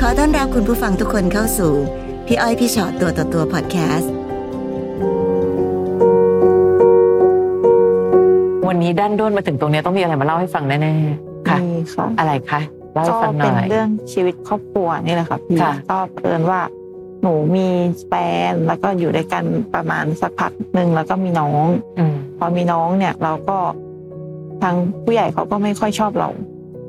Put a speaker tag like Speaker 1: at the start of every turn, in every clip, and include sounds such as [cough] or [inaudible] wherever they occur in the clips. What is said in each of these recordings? Speaker 1: ขอต้อนรับคุณผู้ฟังทุกคนเข้าสู่ พี่อ้อยพี่ชอตตัวต่อตัวพอดแคสต์
Speaker 2: วันนี้ด้านด้นมาถึงตรงเนี้ยต้องมีอะไรมาเล่าให้ฟังแน่ๆ ค่ะ
Speaker 3: มีค่ะ
Speaker 2: อะไรคะเล่าให้
Speaker 3: ก็
Speaker 2: ฟังหน่
Speaker 3: เป็น
Speaker 2: อย
Speaker 3: เรื่องชีวิตครอบครัวนี่แหละค่ะพี่
Speaker 2: ค่ะ
Speaker 3: ก็เพิ่นว่า หนูมีแฟนแล้วก็อยู่ด้วยกันประมาณสักพักหนึ่งแล้วก็มีน้อง
Speaker 2: อืม
Speaker 3: พอมีน้องเนี่ยเราก็ทางผู้ใหญ่เขาก็ไม่ค่อยชอบเรา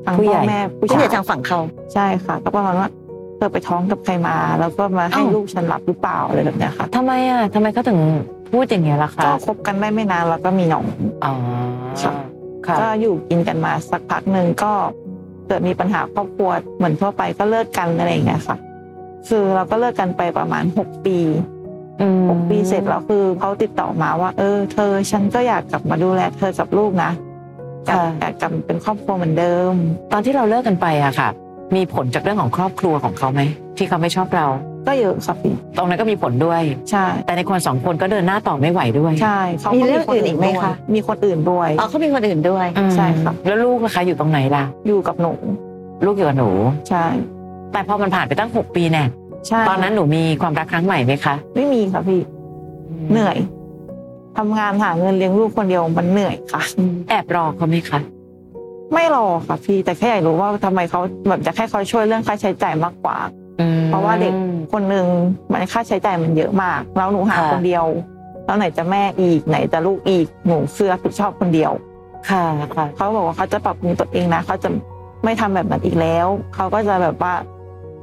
Speaker 3: ทาง
Speaker 2: ผู้ให
Speaker 3: พ่
Speaker 2: ญ่
Speaker 3: อแม่ผู้
Speaker 1: ผู้
Speaker 3: ชา
Speaker 1: ใหญ่
Speaker 3: ย
Speaker 1: ทางฝั่งเขา
Speaker 3: ใช่ค่ะ ก็ประมาณว่าเธอไปท้องกับใครมา แล้วก็มาให้
Speaker 2: อ้าว
Speaker 3: ลูกฉันรับหรือเปล่าอะไรแบบเนี้ยค่ะ
Speaker 2: ทำไมอ่ะทำไมเขาถึงพูดอย่างเงี้ยล่ะคะ
Speaker 3: ก็คบกันได้ไม่นานแล้วก็มีน้อง
Speaker 2: อ๋อ
Speaker 3: ค่ะ
Speaker 2: ค่ะ
Speaker 3: ก็อยู่กินกันมาสักพักหนึ่งก็เกิดมีปัญหาครอบครัวเหมือนทั่วไปก็เลิกกันอะไรอย่างเงี้ยค่ะ คือเราก็เลิกกันไปประมาณหกปี
Speaker 2: อืม
Speaker 3: หกปีเสร็จแล้วคือเขาติดต่อมาว่า เออ เธอฉันก็อยากกลับมาดูแลเธอกับลูกนะอยากอยากกลับเป็นครอบครัวเหมือนเดิม
Speaker 2: ตอนที่เราเลิกกันไปอะค่ะ มีผลจากเรื่องของครอบครัวของเขาไหมที่เขาไม่ชอบเรา
Speaker 3: ก็เยอะค่ะพี่
Speaker 2: ตรงนั้นก็มีผลด้วย
Speaker 3: ใช่
Speaker 2: แต่ในคนสองคนก็เดินหน้าต่อไม่ไหวด้วย
Speaker 3: ใช่เขา
Speaker 1: มี
Speaker 3: ก็
Speaker 1: เรื่องอื่นอีกไหม
Speaker 3: ด้วย
Speaker 1: คะ
Speaker 3: มีคนอื่นด้วย
Speaker 1: อ๋อเขามีคนอื่นด้วย
Speaker 2: อืม
Speaker 3: ใช่ค่ะ
Speaker 2: แล้วลูกนะคะอยู่ตรงไหนล่ะ
Speaker 3: อยู่กับหนู
Speaker 2: ลูกอยู่กับหนู
Speaker 3: ใช่
Speaker 2: แต่พอมันผ่านไปตั้งหกปีแน่
Speaker 3: ใช่
Speaker 2: ตอนนั้นหนูมีความรักครั้งใหม่ไหมคะ
Speaker 3: ไม่มีค่ะพี่เหนื่อยทำงานหาเงินเลี้ยงลูกคนเดียวมันเหนื่อยค่ะ
Speaker 2: แอบรอเขาไหมคะ
Speaker 3: ไม่รอค่ะพี่แต่แค่อยากรู้ว่าทำไมเขาแบบจะให้เขาช่วยเรื่องค่าใช้จ่ายมากกว่า เพราะว่าเด็ก คนหนึ่งมันค่าใช้จ่ายมันเยอะมาก แล้วหนูหา
Speaker 2: ค่ะ
Speaker 3: คนเดียว แล้วไหนจะแม่อีกไหนจะลูกอีกหนูเสื้อผิดชอบคนเดียว
Speaker 2: ค่ะค่ะ
Speaker 3: เขาบอกว่าเขาจะปรับปรุงตัวเองนะเขาจะไม่ทำแบบนั้นอีกแล้วเขาก็จะแบบว่า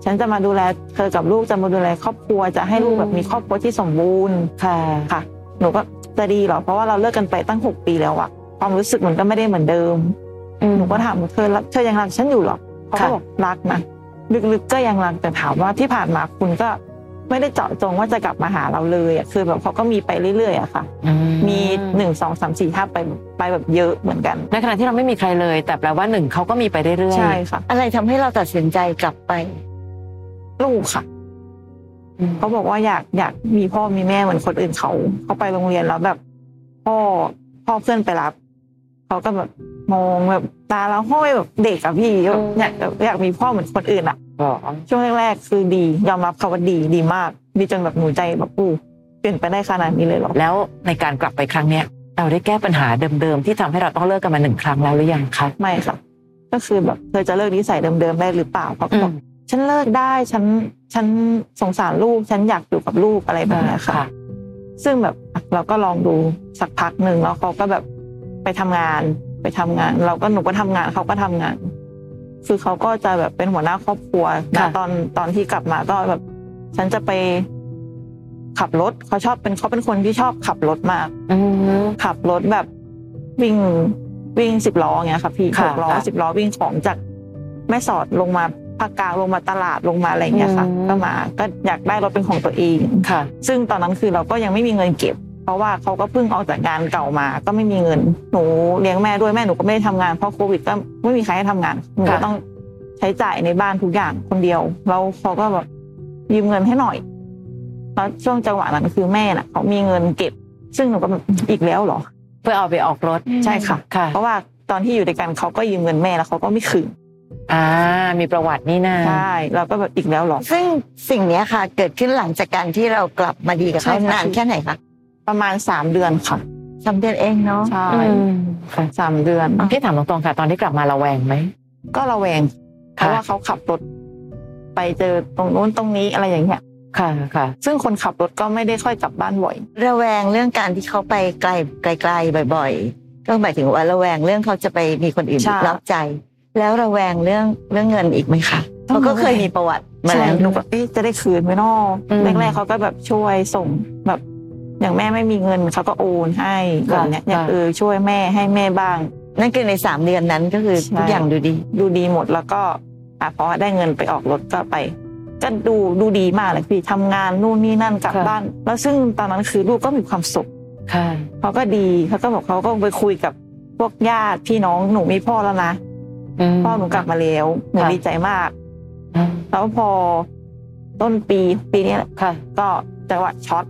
Speaker 3: ฉันจะมาดูแลเธอกับลูกจะมาดูแลครอบครัวจะให้ลูกแบบมีครอบครัวที่สมบูรณ์
Speaker 2: ค่ะ
Speaker 3: ค่ะหนูก็จะดีเหรอเพราะว่าเราเลิกกันไปตั้งหกปีแล้วอะความรู้สึกมันก็ไม่ได้เหมือนเดิม หนูก็ถามว่าเธอรักเธอยังรักฉันอยู่เหรอเขาก็
Speaker 2: ค่ะ
Speaker 3: บอกรักนะลึกๆก็ยังรักแต่ถามว่าที่ผ่านมาคุณก็ไม่ได้เจาะจงว่าจะกลับมาหาเราเลยอะคือแบบเขาก็มีไปเรื่อยๆอะค่ะ
Speaker 2: อื
Speaker 3: มีหนึ่งสองสามสี่ห้าไปไปแบบเยอะเหมือนกัน
Speaker 2: ในขณะที่เราไม่มีใครเลย แต่แปลว่าหนึ่งเขาก็มีไปเรื่อยๆ
Speaker 3: ใช่ค่ะ
Speaker 1: อะไรทำให้เราตัดสินใจกลับไป
Speaker 3: ลูกค่ะ
Speaker 2: อืม
Speaker 3: เขาบอกว่าอยากอยากมีพ่อมีแม่เหมือนคนอื่นเขาเขาไปโรงเรียนแล้วแบบ พ่อพ่อเพื่อนไปรับเขาก็แบบมองแบบตาเราห้อยแบบเด็กอะพี่แบบอยากอยากมีพ่อเหมือนคนอื่นอะ
Speaker 2: หรอ
Speaker 3: ช่วงแรกๆคือดียอมรับคำว่าดีดีมาก ดีจนแบบหนูใจแบบอู้เปลี่ยนไปได้ขนาดนี้เลยเหรอ
Speaker 2: แล้วในการกลับไปครั้งเนี้ยเราได้แก้ปัญหาเดิมๆ ที่ทำให้เราต้องเลิกกันมาหนึ่งครั้งแล้วหรือยังคะ
Speaker 3: ไม่ค่ะ ก็คือแบบเธอจะเลิกนิสัยเดิมๆได้หรือเปล่าเขาก็บอกฉันเลิกได้ฉันฉันสงสารลูก ฉันอยากอยู่กับลูกอะไรแบบเนี้ยค่ะ
Speaker 2: ค่ะ
Speaker 3: ซึ่งแบบเราก็ลองดูสักพักหนึ่งแล้วเขาก็แบบไปทำงานไปทำงาน เราก็หนูก็ทำงานเขาก็ทำงาน คือเขาก็จะแบบเป็นหัวหน้าครอบครัว
Speaker 2: ค่ะ
Speaker 3: นะตอนตอนที่กลับมาก็แบบ ฉันจะไปขับรถเขาชอบเป็นเขาเป็นคนที่ชอบขับรถมาก
Speaker 2: อืม
Speaker 3: ขับรถแบบวิ่งวิ่งสิบล้ออย่างเงี้ยค่ะพี่
Speaker 2: ค่ะ
Speaker 3: หกล้อ
Speaker 2: ค่ะ
Speaker 3: สิบล้อวิ่งของจากแม่สอดลงมาภาคกลางลงมาตลาดลงมาอะไรอย่างเงี้ยค่ะ ก็มาก็อยากได้รถเป็นของตัวเอง
Speaker 2: ค่ะ
Speaker 3: ซึ่งตอนนั้นคือเราก็ยังไม่มีเงินเก็บ เพราะว่าเขาก็เพิ่งออกจากงานเก่ามา ก็ไม่มีเงินหนูเลี้ยงแม่ด้วยแม่หนูก็ไม่ได้ทำงานเพราะโควิดก็ไม่มีใครให้ทำงานหนูก็
Speaker 2: ค่ะ
Speaker 3: ต้องใช้จ่ายในบ้านทุกอย่างคนเดียวแล้วเขาก็แบบยืมเงินให้หน่อยแล้วช่วงจังหวะนั้นคือแม่น่ะเขามีเงินเก็บ ซึ่งหนูก็แบบอีกแล้วเหรอ
Speaker 2: เพื่อเอาไปออกรถ
Speaker 3: ใช่ค่ะ
Speaker 2: ค่ะ
Speaker 3: เพราะว่าตอนที่อยู่ด้วยกันเขาก็ยืมเงินแม่แล้วเขาก็ไม่คืน
Speaker 2: อ่ามีประวัตินี่นะ
Speaker 3: ใช่เราก็แบบอีกแล้วเหรอ
Speaker 1: ซึ่งสิ่งเนี้ยค่ะ เกิดขึ้นหลังจากการที่เรากลับมาดีกับเขา
Speaker 3: ใช่ค่ะ
Speaker 1: นานแค่ไหนคะ
Speaker 3: ประมาณสามเดือนค่ะ
Speaker 1: สามเดือนเองเนาะ
Speaker 3: ใช่
Speaker 2: อืมค่ะ
Speaker 3: สามเดือน
Speaker 2: พี่ถามตรงๆค่ะ ตอนที่กลับมาระแวงไหม
Speaker 3: ก็ระแวงเพ
Speaker 2: ค่ะ
Speaker 3: ราะว่าเขาขับรถ ไปเจอตรงนู้นตรงนี้อะไรอย่างเงี้ย
Speaker 2: ค่ะค่ะ
Speaker 3: ซึ่งคนขับรถก็ไม่ได้ค่อยกลับบ้านบ่อย
Speaker 1: ระแวงเรื่องการที่เขาไปไกลไกลๆบ่อย ๆ ก็หมายถึงว่าระแวงเรื่องเขาจะไปมีคนอื่น
Speaker 3: ใช่
Speaker 1: รับใจ แล้วระแวงเรื่องเรื่องเงินอีกไหมคะ
Speaker 3: ต้อ
Speaker 1: เขา
Speaker 3: ง
Speaker 1: ก็
Speaker 3: ระแวง
Speaker 1: เคยมีประวัติมาแล้ว
Speaker 3: หนูก็เอ๊ะจะได้คืนไหมเนอ
Speaker 2: อืม
Speaker 3: แรกๆเขาก็แบบช่วยส่งแบบ อย่างแม่ไม่มีเงินเขาก็โอนให้แบ
Speaker 2: ค่ะ
Speaker 3: บเนี้ยอย่าง
Speaker 2: ค่ะ
Speaker 3: เออช่วยแม่ให้แม่บ้าง
Speaker 1: นั่นคือในสามเดือนนั้นก็คือ
Speaker 3: ใช่
Speaker 1: ทุกอย่างดูดี
Speaker 3: ดูดีหมดแล้วก็อ่ะพอได้เงินไปออกรถก็ไปก็ดูดูดีมากเลยพี่ทำงานนู่นนี่นั่นกลับ
Speaker 2: ค่ะ
Speaker 3: บ้าน แล้วซึ่งตอนนั้นคือลูกก็มีความสุข
Speaker 2: ค่ะ
Speaker 3: เขาก็ดีเขาก็บอกเขาก็ไปคุยกับพวกญาติพี่น้องหนูมีพ่อแล้วนะ
Speaker 2: ม
Speaker 3: พ่อหนูกลับมาแล้วหนู
Speaker 2: ค่ะ
Speaker 3: ดีใจมาก
Speaker 2: อืม
Speaker 3: แล้วพอต้นปีปีนี้แหละ
Speaker 2: ค่ะ
Speaker 3: ก็จังหวะช็อต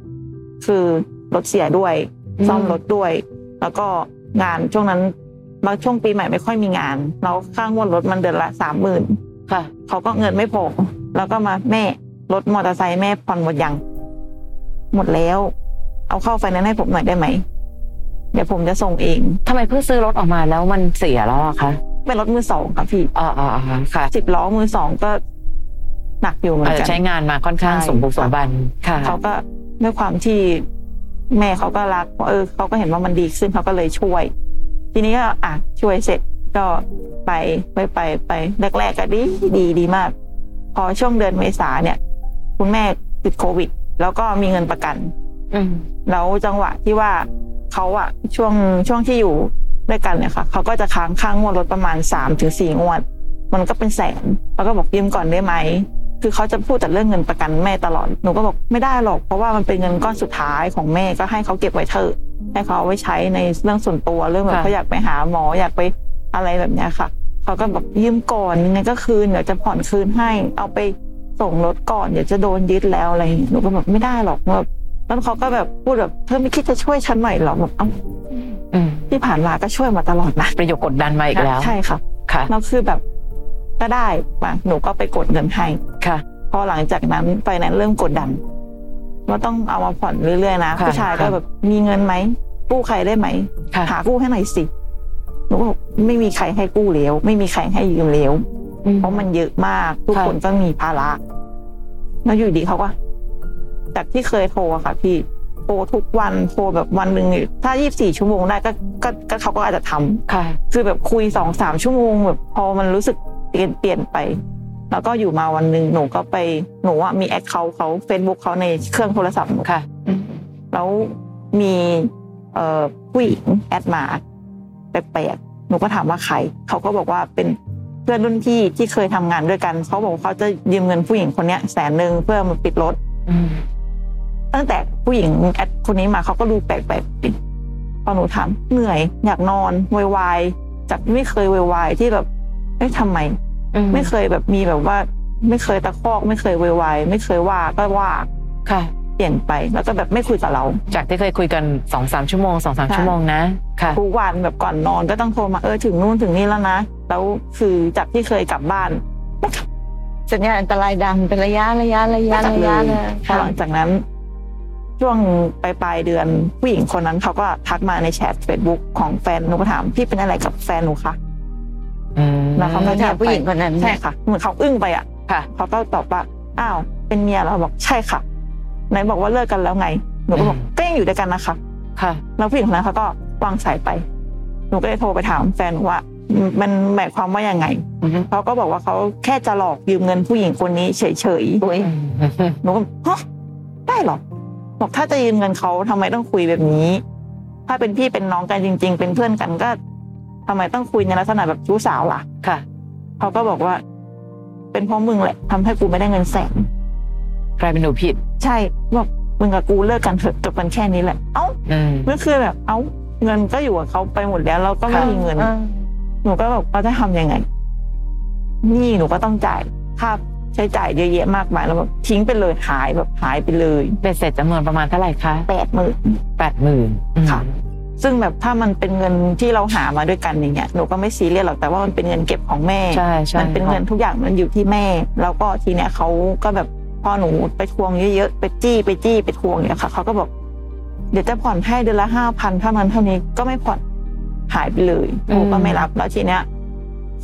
Speaker 3: คือรถเสียด้วย
Speaker 2: อืม
Speaker 3: ซ่อมรถด้วย แล้วก็งานช่วงนั้นบางช่วงปีใหม่ไม่ค่อยมีงาน แล้วค่างวดรถมันเดือนละสามหมื่น
Speaker 2: ค่ะ
Speaker 3: เขาก็เงินไม่พอ แล้วก็มาแม่รถมอเตอร์ไซค์แม่ผ่อนหมดยัง หมดแล้ว เอาเข้าไฟแนนซ์ให้ผมหน่อยได้ไหม เดี๋ยวผมจะส่งเอง
Speaker 2: ทำไมเพิ่งซื้อรถออกมาแล้วมันเสียแล้วอะคะ
Speaker 3: เป็นรถมือสองค่ะพี่
Speaker 2: อ๋ออ๋ออ๋อค่ะ
Speaker 3: สิบล้อมือสองก็หนักอยู่เหมือ
Speaker 2: เอน อ
Speaker 3: กัน
Speaker 2: ใช้งานมาค่อนข้าง
Speaker 3: ใช่
Speaker 2: สมบูรณ์สมบันค่ะ
Speaker 3: เขาก็ด้วยความที่แม่เขาก็รักเออเขาก็เห็นว่ามันดีขึ้นเขาก็เลยช่วย ทีนี้ก็อ่ะช่วยเสร็จก็ไปไปไปไปแรกๆก็ดีดีดีมาก พอช่วงเดือนเมษาเนี่ย คุณแม่ติดโควิด แล้วก็มีเงินประกัน
Speaker 2: อืม
Speaker 3: แล้วจังหวะที่ว่าเขาอะช่วงช่วงที่อยู่ด้วยกันเนี่ยค่ะเขาก็จะค้างค่างวดรถประมาณ3ามถึงสี่งวด มันก็เป็นแสนแล้วก็บอกยืมก่อนได้ไหม คือเขาจะพูดแต่เรื่องเงินประกันแม่ตลอดหนูก็บอกไม่ได้หรอก เพราะว่ามันเป็นเงินก้อนสุดท้ายของแม่ก็ให้เขาเก็บไว้เถอะให้เขาเอาไว้ใช้ในเรื่องส่วนตัวเรื่องแบบเขาอยากไปหาหมออยากไปอะไรแบบเนี้ยค่ะเขาก็บอกยืมก่อนยังไงก็คืนเดี๋ยวจะผ่อนคืนให้ เอาไปส่งรถก่อนเดี๋ยวจะโดนยึดแล้วอะไรอย่างเงี้ยหนูก็แบบไม่ได้หรอกแบบ แล้วเขาก็แบบพูดแบบเธอไม่คิดจะช่วยฉันหน่อยเหรอแบบเอ้า
Speaker 2: อืม
Speaker 3: ที่ผ่านมาก็ช่วยมาตลอดนะ
Speaker 2: ประโยคกดดันมาอีกแล้ว
Speaker 3: ใช่ค่ะ
Speaker 2: ค่ะ
Speaker 3: เราคือแบบก็ได้มาหนูก็ไปกดเงินให้
Speaker 2: ค่ะ
Speaker 3: พอหลังจากนั้นไฟแนนซ์เริ่มกดดันว่าต้องเอามาผ่อนเรื่อยๆนะ
Speaker 2: ค่ะ
Speaker 3: ผู้ชายก็
Speaker 2: ค่ะ
Speaker 3: แบบมีเงินไหมกู้ใครได้ไหม
Speaker 2: ค่ะ
Speaker 3: หากู้ให้หน่อยสิหนูก็บอกไม่มีใครให้กู้แล้วไม่มีใครให้ยืมแล้ว
Speaker 2: อื
Speaker 3: เพราะมันเยอะมากทุก
Speaker 2: ค่ะ
Speaker 3: คนก็มีภาระแล้วอยู่ดีเขาก็จากที่เคยโทรอะค่ะ พี่โทรทุกวันโทรแบบวันหนึ่งเนี่ยถ้า 24 ชั่วโมงได้ก็ก็ก็เขาก็อาจจะทำ
Speaker 2: ค่ะ
Speaker 3: คือแบบคุยสองสามชั่วโมงแบบพอมันรู้สึกเปลี่ยนเปลี่ยนไป แล้วก็อยู่มาวันหนึ่งหนูก็ไปหนูอะมีแอคเคาท์เขา Facebook เขาในเครื่องโทรศัพท์หนู
Speaker 2: ค่ะ
Speaker 3: แล้วมีเอ่อผู้หญิงแอดมาแปลกๆหนูก็ถามว่าใคร เขาก็บอกว่าเป็นเพื่อนรุ่นพี่ที่เคยทำงานด้วยกัน เขาบอกว่าเขาจะยืมเงินผู้หญิงคนเนี้ยแสนหนึ่งเพื่อมาปิดรถ
Speaker 2: อืม
Speaker 3: ตั้งแต่ผู้หญิงแอดคนนี้มาเขาก็ดูแปลกๆพอหนูถามเหนื่อย อยากนอนวอยวายจากไม่เคยวอยวายที่แบบเอ๊ะทำไม
Speaker 2: อื
Speaker 3: ไม่เคยแบบมีแบบว่า ไม่เคยตะคอก ไม่เคยวอยวายไม่เคยว่าก็ว่า
Speaker 2: ค่ะ
Speaker 3: เปลี่ยนไป แล้วก็แบบไม่คุยกับเรา
Speaker 2: จากที่เคยคุยกันสองสามชั่วโมงสองสาม
Speaker 3: ค่ะ
Speaker 2: ชั่วโมงนะค่ะ
Speaker 3: ทุกวันแบบก่อนนอนก็ต้องโทรมาเออถึงนู่นถึงนี่แล้วนะ แล้วคือจากที่เคยกลับบ้าน
Speaker 1: สัญญาณอันตรายดังเป็นระยะระยะระยะ
Speaker 3: ไม่กลับ
Speaker 1: ระะ
Speaker 3: เลยย
Speaker 1: เลย
Speaker 3: พอหลังจากนั้น ช่วงปลายปลายๆเดือนผู้หญิงคนนั้นเขาก็ทักมาในแชทเฟซบุ๊กของแฟนหนูก็ถามพี่เป็นอะไรกับแฟนหนูคะ
Speaker 2: อืม
Speaker 3: นะคะ
Speaker 1: เขาถามผู้หญิงคนนั้น
Speaker 3: ใช่ค่ะ เหมือนเขาอึ้งไปอ่ะ
Speaker 2: ค่ะ
Speaker 3: เขาก็ตอบว่าอ้าว เป็นเมียเหราบอกใช่ค่ะไหนบอกว่าเลิกกันแล้วไงหนูก็บอกก็ยังอยู่ด้วยกันนะคะ
Speaker 2: ค่ะ
Speaker 3: แล้วผู้หญิงคนนั้นเขาก็วางสายไป หนูก็เลยโทรไปถามแฟนหนูว่ามันหมายความว่ายังไง
Speaker 2: อือฮึ
Speaker 3: เขาก็บอกว่าเขาแค่จะหลอกยืมเงินผู้หญิงคนนี้เฉย
Speaker 1: อุ๊ย
Speaker 3: ๆ หนูก็ฮะได้เหรอ บอกถ้าจะยืมเงินเขาทำไมต้องคุยแบบนี้ ถ้าเป็นพี่เป็นน้องกันจริง ๆ เป็นเพื่อนกันก็ทำไมต้องคุยในลักษณะแบบชู้สาวล่ะ
Speaker 2: ค่ะ
Speaker 3: เขาก็บอกว่า เป็นเพราะมึงแหละทำให้กูไม่ได้เงินแสน
Speaker 2: กลายเป็นหนูผิด
Speaker 3: ใช่บอกมึงกับกูเลิกกันเถอะจบกันแค่นี้แหละ เอ้า
Speaker 2: อืม
Speaker 3: ก็คือแบบ เอ้า เงินก็อยู่กับเขาไปหมดแล้วเราก็ไม่มีเงิน
Speaker 1: ออ
Speaker 3: หนูก็แบบเราจะทำยังไงหนี่หนูก็ต้องจ่ายค่าใช้จ่ายเยอะแยะมากมายแล้วแบบทิ้งไปเลยหายแบบหายไปเลย
Speaker 2: เป็นเสร็จจำนวนประมาณเท่าไหร่คะ
Speaker 3: แปดหมื่น
Speaker 2: แปดหมื่น
Speaker 3: ค่ะ ซึ่งแบบถ้ามันเป็นเงินที่เราหามาด้วยกันอย่างเงี้ยหนูก็ไม่ซีเรียสหรอกแต่ว่ามันเป็นเงินเก็บของแม่
Speaker 2: ใช่ใช่
Speaker 3: มันเป็นเงินทุกอย่างมันอยู่ที่แม่ แล้วก็ทีเนี้ยเขาก็แบบพอหนูไปทวงเยอะๆไปจี้ไปจี้ไปทวงอย่างเงี้ยค่ะเขาก็บอกเดี๋ยวจะผ่อนให้เดือนละห้าพันเท่านั้นเท่านี้ก็ไม่ผ่อนหายไปเลยหนูก็ไม่รับแล้วทีเนี้ย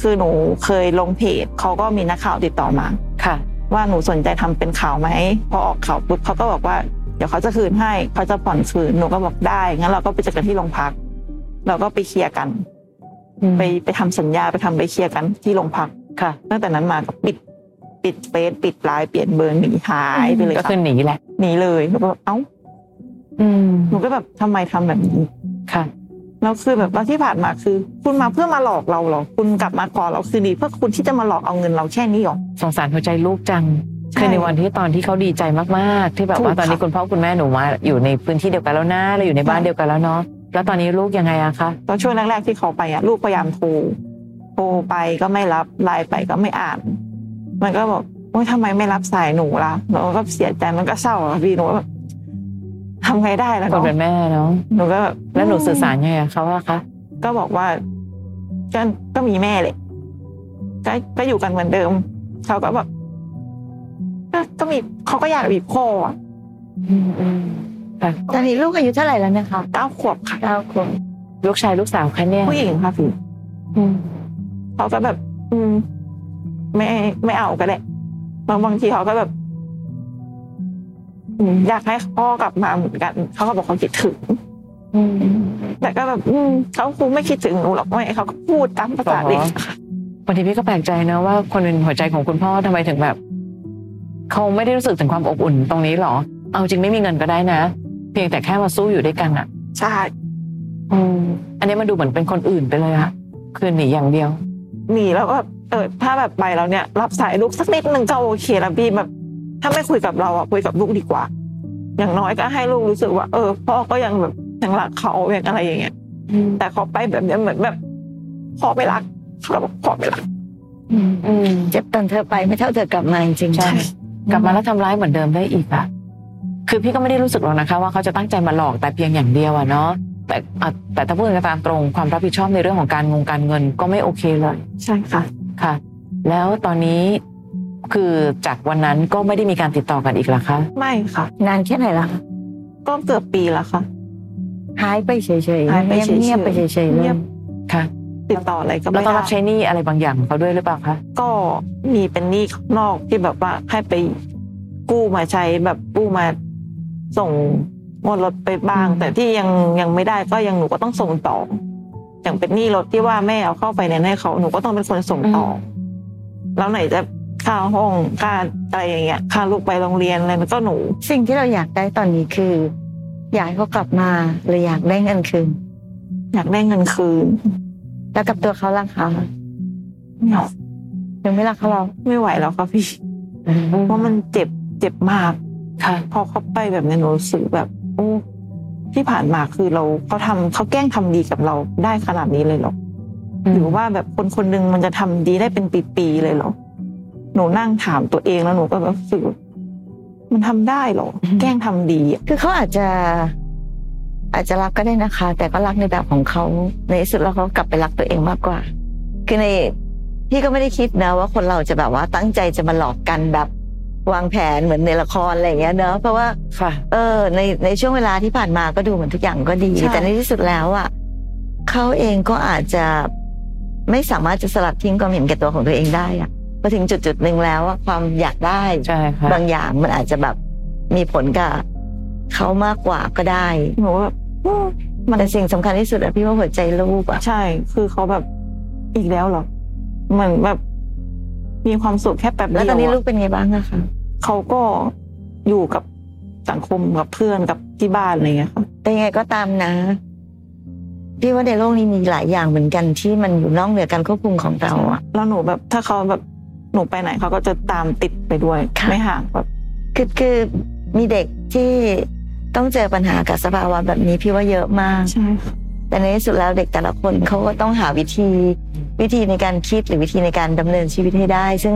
Speaker 3: คือหนูเคยลงเพจเขาก็มีนักข่าวติดต่อมา
Speaker 2: ค่ะ
Speaker 3: ว่าหนูสนใจทำเป็นข่าวไหมพอออกข่าวปุ๊บเขาก็บอกว่า เดี๋ยวเขาจะคืนให้เขาจะผ่อนคืนหนูก็บอกได้งั้นเราก็ไปเจอกันที่โรงพัก เราก็ไปเคลียร์กัน ไปไปทำสัญญาไปทำไปเคลียร์กันที่โรงพัก
Speaker 2: ค่ะ
Speaker 3: ตั้งแต่นั้นมาก็ปิดปิดเฟซปิดไลน์เปลี่ยนเบอร์หนีหายไปเลย
Speaker 2: ก็
Speaker 3: ค่ะ
Speaker 2: คือหนีแหละ
Speaker 3: หนีเลยหนูก็แบบเอ้า
Speaker 2: อืม
Speaker 3: หนูก็แบบทำไมทำแบบนี้
Speaker 2: ค่ะ
Speaker 3: แล้วคือแบบว่าที่ผ่านมาคือ คุณมาเพื่อมาหลอกเราเหรอคุณกลับมาขอเราคืนดีเพื่อคุณที่จะมาหลอกเอาเงินเราแค่นี้เหรอ
Speaker 2: สงสารหัวใจลูกจัง
Speaker 3: ใช่
Speaker 2: คือในวันที่ตอนที่เขาดีใจมากๆ ที่แบบ
Speaker 3: ถูก
Speaker 2: ว่าตอนนี้
Speaker 3: ค่ะ
Speaker 2: คุณพ่อคุณแม่หนูมาอยู่ในพื้นที่เดียวกันแล้วนะเราอยู่ในบ้านเดียวกันแล้วเนาะ แล้วตอนนี้ลูกยังไงอะคะ
Speaker 3: ตอนช่วงแรกๆที่เขาไปอ่ะลูกพยายามโทรโทรไปก็ไม่รับไลน์ไปก็ไม่อ่าน มันก็บอกโอ๊ยทำไมไม่รับสายหนูล่ะหนูก็เสียใจมันก็เศร้าอะพี่หนูก็แบบทำไงได้ล่ะ
Speaker 2: คน
Speaker 3: เนาะ
Speaker 2: เป็นแม่เนาะ
Speaker 3: หนูก็บบ
Speaker 2: แล้วหนูสื่อสารยังไงกับเขาอะคะ
Speaker 3: ก็บอกว่าก็ก็มีแม่เลยก็ก็อยู่กันเหมือนเดิมเขาก็แบบ ก็ก็มีเขาก็อยากมีพ่ออะ
Speaker 2: อืมอืมแต่
Speaker 1: ตอนนี้ลูกอายุเท่าไหร่แล้วนะคะ
Speaker 3: เก้าขวบค่ะ
Speaker 1: เก้าขวบ
Speaker 2: ลูกชายลูกสาวคะเนี่ย
Speaker 3: ผู้หญิงค่ะพี่
Speaker 2: อืม
Speaker 3: เขาก็แบบ อืม ไม่ไม่เอาก็ได้บางบางทีเขาก็แบบอืมอยากให้พ่อกลับมาเหมือนกัน เขาก็บอกเขาคิดถึง
Speaker 2: อืม
Speaker 3: แต่ก็แบบอืมเขาคงไม่คิดถึงหนูหรอกไม่เขาก็พูดตามภาษาเด็ก
Speaker 2: อ๋อ บางทีพี่ก็แปลกใจนะว่าคนเป็นหัวใจของคุณพ่อทำไมถึงแบบ เขาไม่ได้รู้สึกถึงความอบอุ่นตรงนี้หรอ เอาจริงไม่มีเงินก็ได้นะ เพียงแต่แค่มาสู้อยู่ด้วยกันอ่ะ
Speaker 3: ใช่
Speaker 2: อืมอันนี้มันดูเหมือนเป็นคนอื่นไปเลยอะคือหนีอย่างเดียว
Speaker 3: หนีแล้วก็แบบเออถ้าแบบไปแล้วเนี่ย รับสายลูกสักนิดนึงก็โอเคแล้วพี่แบบ ถ้าไม่คุยกับเราอ่ะคุยกับลูกดีกว่า อย่างน้อยก็ให้ลูกรู้สึกว่า เออพ่อก็ยังแบบยังรักเขาอย่างอะไรอย่างเงี้ยแต่เขาไปแบบเนี้ยเหมือนแบบพ่อไม่รักเราบอกพ่อไม่รัก
Speaker 2: อืม
Speaker 1: เจ็บตอนเธอไปไม่เท่าเธอกลับมาจริงๆ
Speaker 2: ใช่กลับมาแล้วทำร้ายเหมือนเดิมได้อีกอะคือพี่ก็ไม่ได้รู้สึกหรอกนะคะ ว่าเขาจะตั้งใจมาหลอกแต่เพียงอย่างเดียวอะเนาะแต่อ่ะแต่ถ้าพูดกันตามตรงความรับผิดชอบในเรื่องของการงงการเงินก็ไม่โอเคเลย
Speaker 3: ใช่ค่ะ
Speaker 2: ค่ะ แล้วตอนนี้คือจากวันนั้นก็ไม่ได้มีการติดต่อกันอีกเหรอคะ
Speaker 3: ไม่ค่ะ
Speaker 1: นานแค่ไหนล่ะคะ
Speaker 3: ก็เกือบปีแล้วค่ะ
Speaker 1: หายไปเฉยๆ
Speaker 3: หายไปเฉยๆ
Speaker 1: เงียบๆไปเฉยๆเล
Speaker 3: เงี
Speaker 1: ย
Speaker 3: ยบ
Speaker 2: ค่ะ
Speaker 3: ติดต่ออะไรก็
Speaker 2: แล้
Speaker 3: ไม่
Speaker 2: วต้อง
Speaker 3: ได้
Speaker 2: รับใช้หนี้อะไรบางอย่างของเขาด้วยหรือเปล่าคะ
Speaker 3: ก็มีเป็นหนี้ข้างนอกที่แบบว่าให้ไปกู้มาใช้แบบกู้มาส่งงวดรถไปบ้าง
Speaker 2: อืม
Speaker 3: แต่ที่ยังยังไม่ได้ก็ยังหนูก็ต้องส่งต่อ อย่างเป็นหนี้รถที่ว่าแม่เอาเข้าไปในให้เขาหนูก็ต้องเป็นคนส่งต่ออแล้วไหนจะค่าห้องค่าอะไรอย่างเงี้ยค่าลูกไปโรงเรียนอะไรมันก็หนู
Speaker 1: สิ่งที่เราอยากได้ตอนนี้คือ อยากให้เขากลับมาหรืออยากได้เงินคืน
Speaker 3: อยากได้เงินคืน
Speaker 1: แล้วกับตัวเขาล่ะคะ
Speaker 3: ไม่เอา
Speaker 1: ยังไม่รักเขาหรอก
Speaker 3: ไม่ไหวแล้วค่ะพี่เพราะมันเจ็บเจ็บมาก
Speaker 2: ค่ะ
Speaker 3: พอเขาไปแบบนี้หนูรู้สึกแบบ โอ้ที่ผ่านมาคือเราเขาทำเขาแกล้งทำดีกับเราได้ขนาดนี้เลยเหรอหรือว่าแบบคนคนหนึงมันจะทำดีได้เป็นปีๆเลยเหรอหนูนั่งถามตัวเองแล้วหนูก็แบบรู้สึกว่ามันทำได้เหรอ
Speaker 2: อืม
Speaker 3: แกล้งทำดีอะ
Speaker 1: คือเขาอาจจะ อาจจะรักก็ได้นะคะ แต่ก็รักในแบบของเขาในที่สุดแล้วเขากลับไปรักตัวเองมากกว่า คือในพี่ก็ไม่ได้คิดนะ ว่าคนเราจะแบบว่าตั้งใจจะมาหลอกกันแบบ วางแผนเหมือนในละครอะไรอย่างเงี้ยเนอะเพราะว่า
Speaker 2: ค่ะ
Speaker 1: เออในในช่วงเวลาที่ผ่านมาก็ดูเหมือนทุกอย่างก็ดี
Speaker 2: ใช่
Speaker 1: แต่ในที่สุดแล้วอ่ะเขาเองก็อาจจะไม่สามารถจะสลัดทิ้งความเห็นแก่ตัวของตัวเองได้อ่ะพอถึงจุดจุดๆหนึ่งแล้วอะความอยากได้
Speaker 2: ใช่ค่ะ
Speaker 1: บางอย่างมันอาจจะแบบมีผลกับเขามากกว่าก็ได้
Speaker 3: หนูก็แบบโอ้มัน
Speaker 1: แต่สิ่งสำคัญที่สุดอะพี่ว่าหัวใจลูกอะ
Speaker 3: ใช่ คือเขาแบบอีกแล้วเหรอเหมือนแบบ มีความสุขแค่แป๊บเดี
Speaker 1: แล้
Speaker 3: ยว
Speaker 1: วตอนนี้
Speaker 3: อะ
Speaker 1: ลูกเป็นไงบ้างอะคะ
Speaker 3: เขาก็อยู่กับสังคมกับเพื่อนกับที่บ้านอะไรเงี้ยค่ะ
Speaker 1: แต่ยังไงก็ตามนะพี่ว่าในโลกนี้มีหลายอย่างเหมือนกันที่มันอยู่นอกเหนือการควบคุมของเราอะ
Speaker 3: แล้วหนูแบบถ้าเขาแบบหนูไปไหนเขาก็จะตามติดไปด้วย
Speaker 1: ค่ะ
Speaker 3: ไม่ห่างแบบ
Speaker 1: คือคือมีเด็กที่ต้องเจอปัญหากับสภาวะแบบนี้พี่ว่าเยอะมาก
Speaker 3: ใช่ค่ะ
Speaker 1: แต่ในที่สุดแล้วเด็กแต่ละคนเขาก็ต้องหาวิธีวิธีในการคิดหรือวิธีในการดำเนินชีวิตให้ได้ ซึ่ง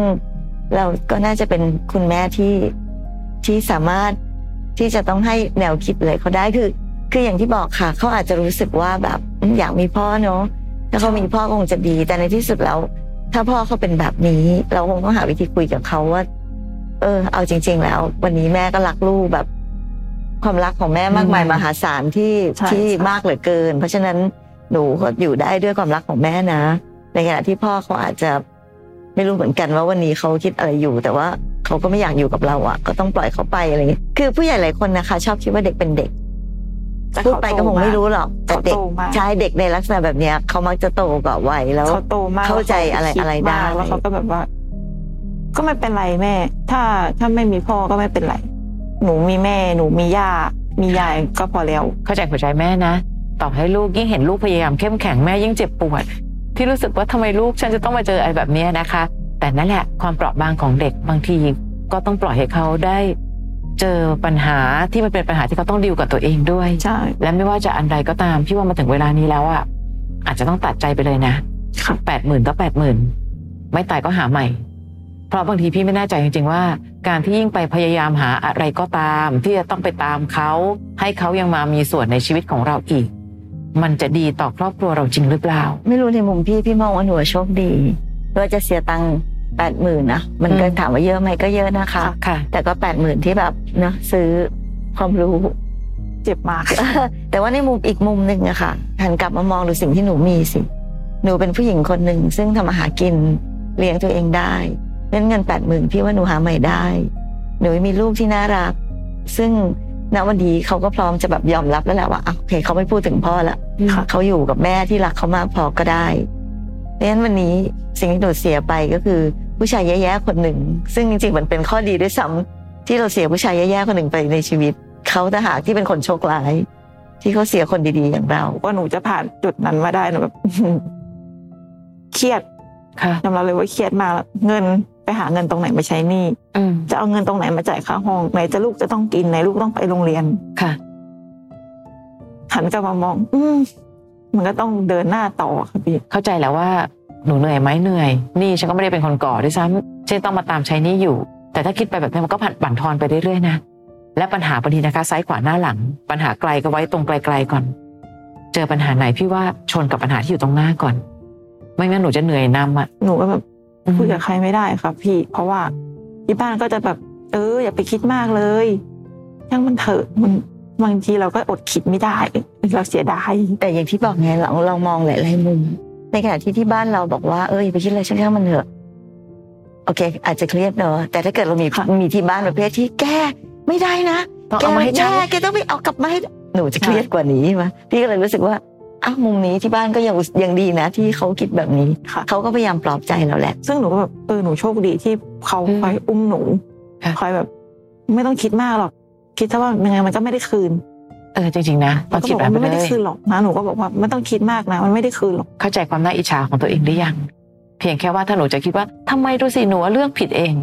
Speaker 1: เราก็น่าจะเป็นคุณแม่ที่ที่สามารถที่จะต้องให้แนวคิดเลยเขาได้คือ คืออย่างที่บอกค่ะเขาอาจจะรู้สึกว่าแบบอืมอยากมีพ่อเนอะถ้าเขามีพ่อคงจะดี แต่ในที่สุดแล้ว ถ้าพ่อเขาเป็นแบบนี้ เราคงต้องหาวิธีคุยกับเขาว่า เออ เอาจริง ๆ แล้ว วันนี้แม่ก็รักลูกแบบ ความรักของแม่มากมายมหาศาลที่ที่มากเหลือเกิน เพราะฉะนั้นหนูก็อยู่ได้ด้วยความรักของแม่นะ ในขณะที่พ่อเขาอาจจะไม่รู้เหมือนกันว่าวันนี้เขาคิดอะไรอยู่ แต่ว่าเขาก็ไม่อยากอยู่กับเราอ่ะ ก็ต้องปล่อยเขาไปอะไรอย่างเงี้ยคือผู้ใหญ่หลายคนนะคะ ชอบคิดว่าเด็กเป็นเด็ก
Speaker 3: แต่
Speaker 1: พูด
Speaker 3: เขา
Speaker 1: ไป
Speaker 3: โต
Speaker 1: ก็คงไม่รู้หรอกแต่
Speaker 3: เขา
Speaker 1: เด็ก
Speaker 3: โตมาก
Speaker 1: ใช่เด็กในลักษณะแบบเนี้ยเขามักจะโตกว่าวัยแล้ว
Speaker 3: เขาโตมาก
Speaker 1: เข้าใจอะไร
Speaker 3: คิ
Speaker 1: อะไรได้
Speaker 3: มากแล้วเขาก็แบบว่า ก็ไม่เป็นไรแม่ ถ้าถ้าไม่มีพ่อก็ไม่เป็นไร หนูมีแม่หนูมีย่ามียายก็พอแล้ว
Speaker 2: เข้าใจหัวใจแม่นะ ต่อให้ลูกยิ่งเห็นลูกพยายามเข้มแข็งแม่ยิ่งเจ็บปวด ที่รู้สึกว่าทำไมลูกฉันจะต้องมาเจออะไรแบบเนี้ยนะคะ แต่นั่นแหละความเปราะบางของเด็กบางทีก็ต้องปล่อยให้เขาได้ เจอปัญหาที่มันเป็นปัญหาที่เขาต้องดิวกับตัวเองด้วย
Speaker 3: ใช่
Speaker 2: และไม่ว่าจะอันใดก็ตามพี่ว่ามาถึงเวลานี้แล้วอ่ะอาจจะต้องตัดใจไปเลยนะ
Speaker 3: ค่ะ
Speaker 2: แปดหมื่นก็แปดหมื่นไม่ตายก็หาใหม่ เพราะบางทีพี่ไม่แน่ใจจริงๆว่า การที่ยิ่งไปพยายามหาอะไรก็ตาม ที่จะต้องไปตามเขาให้เขายังมามีส่วนในชีวิตของเราอีก มันจะดีต่อครอบครัวเราจริงหรือเปล่า
Speaker 1: ไม่รู้ในมุมพี่พี่มองว่าหนูโชคดีว่าจะเสียตังค์ แปดหมื่นนะมันก็
Speaker 2: อืม
Speaker 1: ถามว่าเยอะไหมก็เยอะนะคะ
Speaker 2: ค่ะ
Speaker 1: แต่ก็แปดหมื่นที่แบบเนาะซื้อความรู้
Speaker 3: เจ็บมาก
Speaker 1: [laughs] แต่ว่าในมุมอีกมุมหนึ่งอะค่ะหันกลับมามองดูสิ่งที่หนูมีสิ หนูเป็นผู้หญิงคนหนึ่งซึ่งทำมาหากินเลี้ยงตัวเองได้เพราะฉะนั้นเงินแปดหมื่นพี่ว่าหนูหาใหม่ได้ หนูมีลูกที่น่ารัก ซึ่งณวันนี้เขาก็พร้อมจะแบบยอมรับแล้วแหละว่าอ่ะโอเคเขาไม่พูดถึงพ่อละ
Speaker 2: อืม
Speaker 1: เขาอยู่กับแม่ที่รักเขามากพอก็ได้เพราะฉะนั้นวันนี้สิ่งที่หนูเสียไปก็คือผู้ชายแย่ๆคนหนึ่ง ซึ่งจริงๆมันเป็นข้อดีด้วยซ้ำที่เราเสียผู้ชายแย่ๆคนหนึ่งไปในชีวิตเขาทหารที่เป็นคนโชคร้าย ที่เขาเสียคนดีๆอย่างเรา
Speaker 3: ว่าหนูจะผ่านจุดนั้นมาได้หนูแบบ [laughs] เครียด
Speaker 2: ค่ะ
Speaker 3: ยอมรับเลยว่าเครียดมากแล้วเงินไปหาเงินตรงไหนมาใช้หนี้
Speaker 2: อืม
Speaker 3: จะเอาเงินตรงไหนมาจ่ายค่าห้องไหนจะลูกจะต้องกินไหนลูกต้องไปโรงเรียน
Speaker 2: ค่ะ
Speaker 3: หันกลับมามอง อืมมันก็ต้องเดินหน้าต่อค่ะพี่
Speaker 2: เข้าใจแล้วว่าหนูเหนื่อยไหมเหนื่อยหนี่ฉันก็ไม่ได้เป็นคนก่อด้วยซ้ำฉันต้องมาตามใช้หนี่อยู่ แต่ถ้าคิดไปแบบนี้มันก็ผันบั่นทอนไปเรื่อยๆนะและปัญหาบางทีนะคะ ซ้ายขวาหน้าหลัง ปัญหาไกลก็ไว้ตรงไกลๆก่อน เจอปัญหาไหนพี่ว่าชนกับปัญหาที่อยู่ตรงหน้าก่อน ไม่งั้นหนูจะเหนื่อยนำอ่ะ
Speaker 3: หนูก็แบบพูดกับใครไม่ได้ค่ะพี่ เพราะว่าที่บ้านก็จะแบบ เออ อย่าไปคิดมากเลยช่างมันเถอะมันบางทีเราก็อดคิดไม่ได้ เราเสียดาย
Speaker 1: แต่อย่างที่บอกไงเราเรามองหลายๆมุม ในขณะที่ที่บ้านเราบอกว่าเอ้ยอย่าไปคิดอะไรช่างๆมันเถอะโอเค อาจจะเครียดเนอะแต่ถ้าเกิดเรามี
Speaker 3: ค่ะ
Speaker 1: มีที่บ้านประเภทที่แกไม่ได้นะ
Speaker 2: ต้อง
Speaker 1: แก
Speaker 2: เอามาให้ฉัน
Speaker 1: แย่แกต้องไปเอากลับมาให้หนูจะเครียดกว่านี้ใช่ไหมพี่ก็เลยรู้สึกว่าอ้าวมุมนี้ที่บ้านก็ยังยังดีนะ ที่เขาคิดแบบนี้
Speaker 3: ค่ะ
Speaker 1: เขาก็พยายามปลอบใจเราแหละ
Speaker 3: ซึ่งหนูก็แบบเออหนูโชคดีที่เขา
Speaker 2: อืม
Speaker 3: คอยอุ้มหนู
Speaker 2: ค่ะ
Speaker 3: คอยแบบ ไม่ต้องคิดมากหรอก คิดซะว่ายังไงมันก็ไม่ได้คืน
Speaker 2: เออจริงๆนะพอ
Speaker 3: เขาก็
Speaker 2: คิด
Speaker 3: บอก
Speaker 2: แบบ
Speaker 3: ว่ามัน
Speaker 2: นี้เล
Speaker 3: ไม่ได้
Speaker 2: ย
Speaker 3: คืนหรอกนะหนูก็บอกว่าไม่ต้องคิดมากนะ มันไม่ได้คืนหรอก
Speaker 2: เข้าใจความน่าอิจฉาของตัวเองหรือยัง เพียงแค่ว่าถ้าหนูจะคิดว่าทำไมดูสิหนูว่าเลือกผิดเอง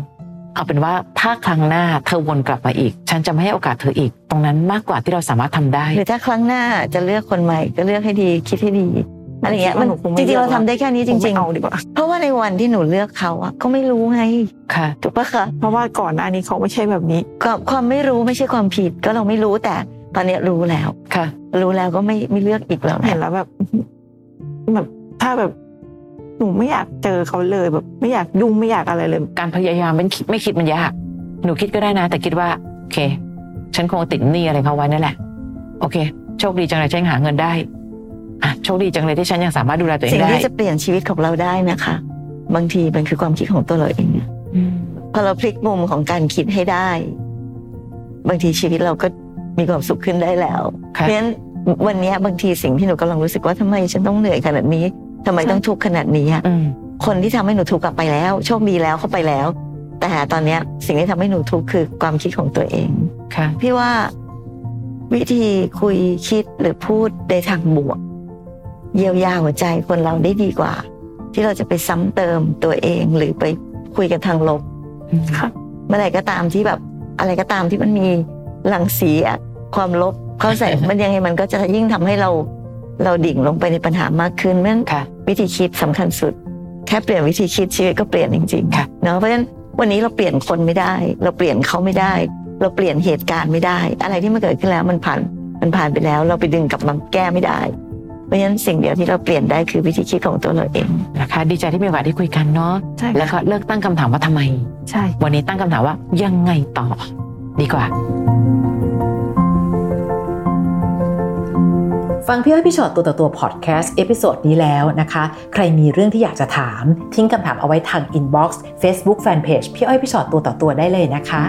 Speaker 2: เอาเป็นว่าถ้าครั้งหน้าเธอวนกลับมาอีก ฉันจะไม่ให้โอกาสเธออีก ตรงนั้นมากกว่าที่เราสามารถทำได้
Speaker 1: หรือถ้าครั้งหน้าจะเลือกคนใหม่ก็เลือกให้ดีคิดให้ดีอะไรอย่างเงี้ยมันจริงๆเราทำได้แค่นี้จ
Speaker 3: ผม
Speaker 1: ริ
Speaker 3: ไม่
Speaker 1: ง
Speaker 3: เอาดี [laughs] กว่า
Speaker 1: ๆ เพราะว่าในวันที่หนูเลือกเขาอะก็ไม่รู้ไง
Speaker 2: ค่ะ
Speaker 1: ถูกปะคะ
Speaker 3: เพราะว่าก่อนหน้านี้เขาไม่ใช่แบบนี้
Speaker 1: ความความไม่รู้ไม่ใช่ความผิดก็เราไม่รู้แต่ตอนเนี้ยรู้แล้ว
Speaker 2: ค่ะ
Speaker 1: รู้แล้วก็ไม่ไม่เลือกอีกแล้ว
Speaker 3: เห็น
Speaker 1: นะ
Speaker 3: แล้วแบบ [laughs] แบบถ้าแบบ หนูไม่อยากเจอเขาเลยแบบ ไม่อยากยุ่งไม่อยากอะไรเลย
Speaker 2: การพยายามไม่คิดไม่คิดมันยาก หนูคิดก็ได้นะ แต่คิดว่าโอเค ฉันคงติดหนี้อะไรเขาไว้นั่นแหละ โอเค โชคดีจังเลยฉันหาเงินได้อ่ะโชคดีจังเลยที่ฉันยังสามารถดูแลตัวเอ
Speaker 1: สิ่
Speaker 2: ง
Speaker 1: ง
Speaker 2: ได้
Speaker 1: ที่จะเปลี่ยนชีวิตของเราได้นะคะ บางทีมันคือความคิดของตัวเราเองอะ
Speaker 2: อืม
Speaker 1: พอเราพลิกมุมของการคิดให้ได้ บางทีชีวิตเราก็มีความสุขขึ้นได้แล้ว เพ
Speaker 2: ค่ะ
Speaker 1: ราะฉะนั้นวันเนี้ยบางทีสิ่งที่หนูกำลังรู้สึกว่าทำไมฉันต้องเหนื่อยขนาดนี้ทำไมต้องทุกข์ขนาดนี้อะ
Speaker 2: อืม
Speaker 1: คนที่ทำให้หนูทุกข์กลับไปแล้ว โชคดีแล้วเขาไปแล้ว แต่ตอนเนี้ยสิ่งที่ทำให้หนูทุกข์คือความคิดของตัวเอง
Speaker 2: ค่ะ
Speaker 1: พี่ว่าวิธีคุยคิดหรือพูดในทางบวก เยียวยาหัวใจคนเราได้ดีกว่า ที่เราจะไปซ้ำเติมตัวเองหรือไปคุยกันทางลบ เมื่อไหร่ก็ตามที่แบบอะไรก็ตามที่มันมีหลังสีอะความลบเข้าใส่ มันยังไงมันก็จะยิ่งทำให้เราเราดิ่งลงไปในปัญหามากขึ้นเพราะฉะนั้น
Speaker 2: ค่ะ
Speaker 1: วิธีคิดสำคัญสุด แค่เปลี่ยนวิธีคิดชีวิตก็เปลี่ยนจริง
Speaker 2: ค่ะ
Speaker 1: ๆเนาะเพราะฉะนั้นวันนี้เราเปลี่ยนคนไม่ได้ เราเปลี่ยนเขาไม่ได้ เราเปลี่ยนเหตุการณ์ไม่ได้ อะไรที่มันเกิดขึ้นแล้วมันผ่านมันผ่านไปแล้ว เราไปดึงกลับมาแก้ไม่ได้ เพราะฉะนั้นสิ่งเดียวที่เราเปลี่ยนได้คือวิธีคิดของตัวเราเอง
Speaker 2: นะคะ ดีใจที่มีโอกาสได้คุยกันเนาะ
Speaker 3: ใช่
Speaker 2: แล้วก็เลิกตั้งคำถามว่าทำไม
Speaker 3: ใช่
Speaker 2: วันนี้ตั้งคำถามว่ายังไงต่อ ดีกว่า
Speaker 4: ฟังพี่อ้อยพี่ชอตตัวต่อตัวพอดแคสต์เอพิโซดนี้แล้วนะคะ ใครมีเรื่องที่อยากจะถาม ทิ้งคำถามเอาไว้ทางอินบ็อกซ์เฟซบุ๊กแฟนเพจพี่อ้อยพี่ชอตตัวต่อตัวได้เลยนะคะ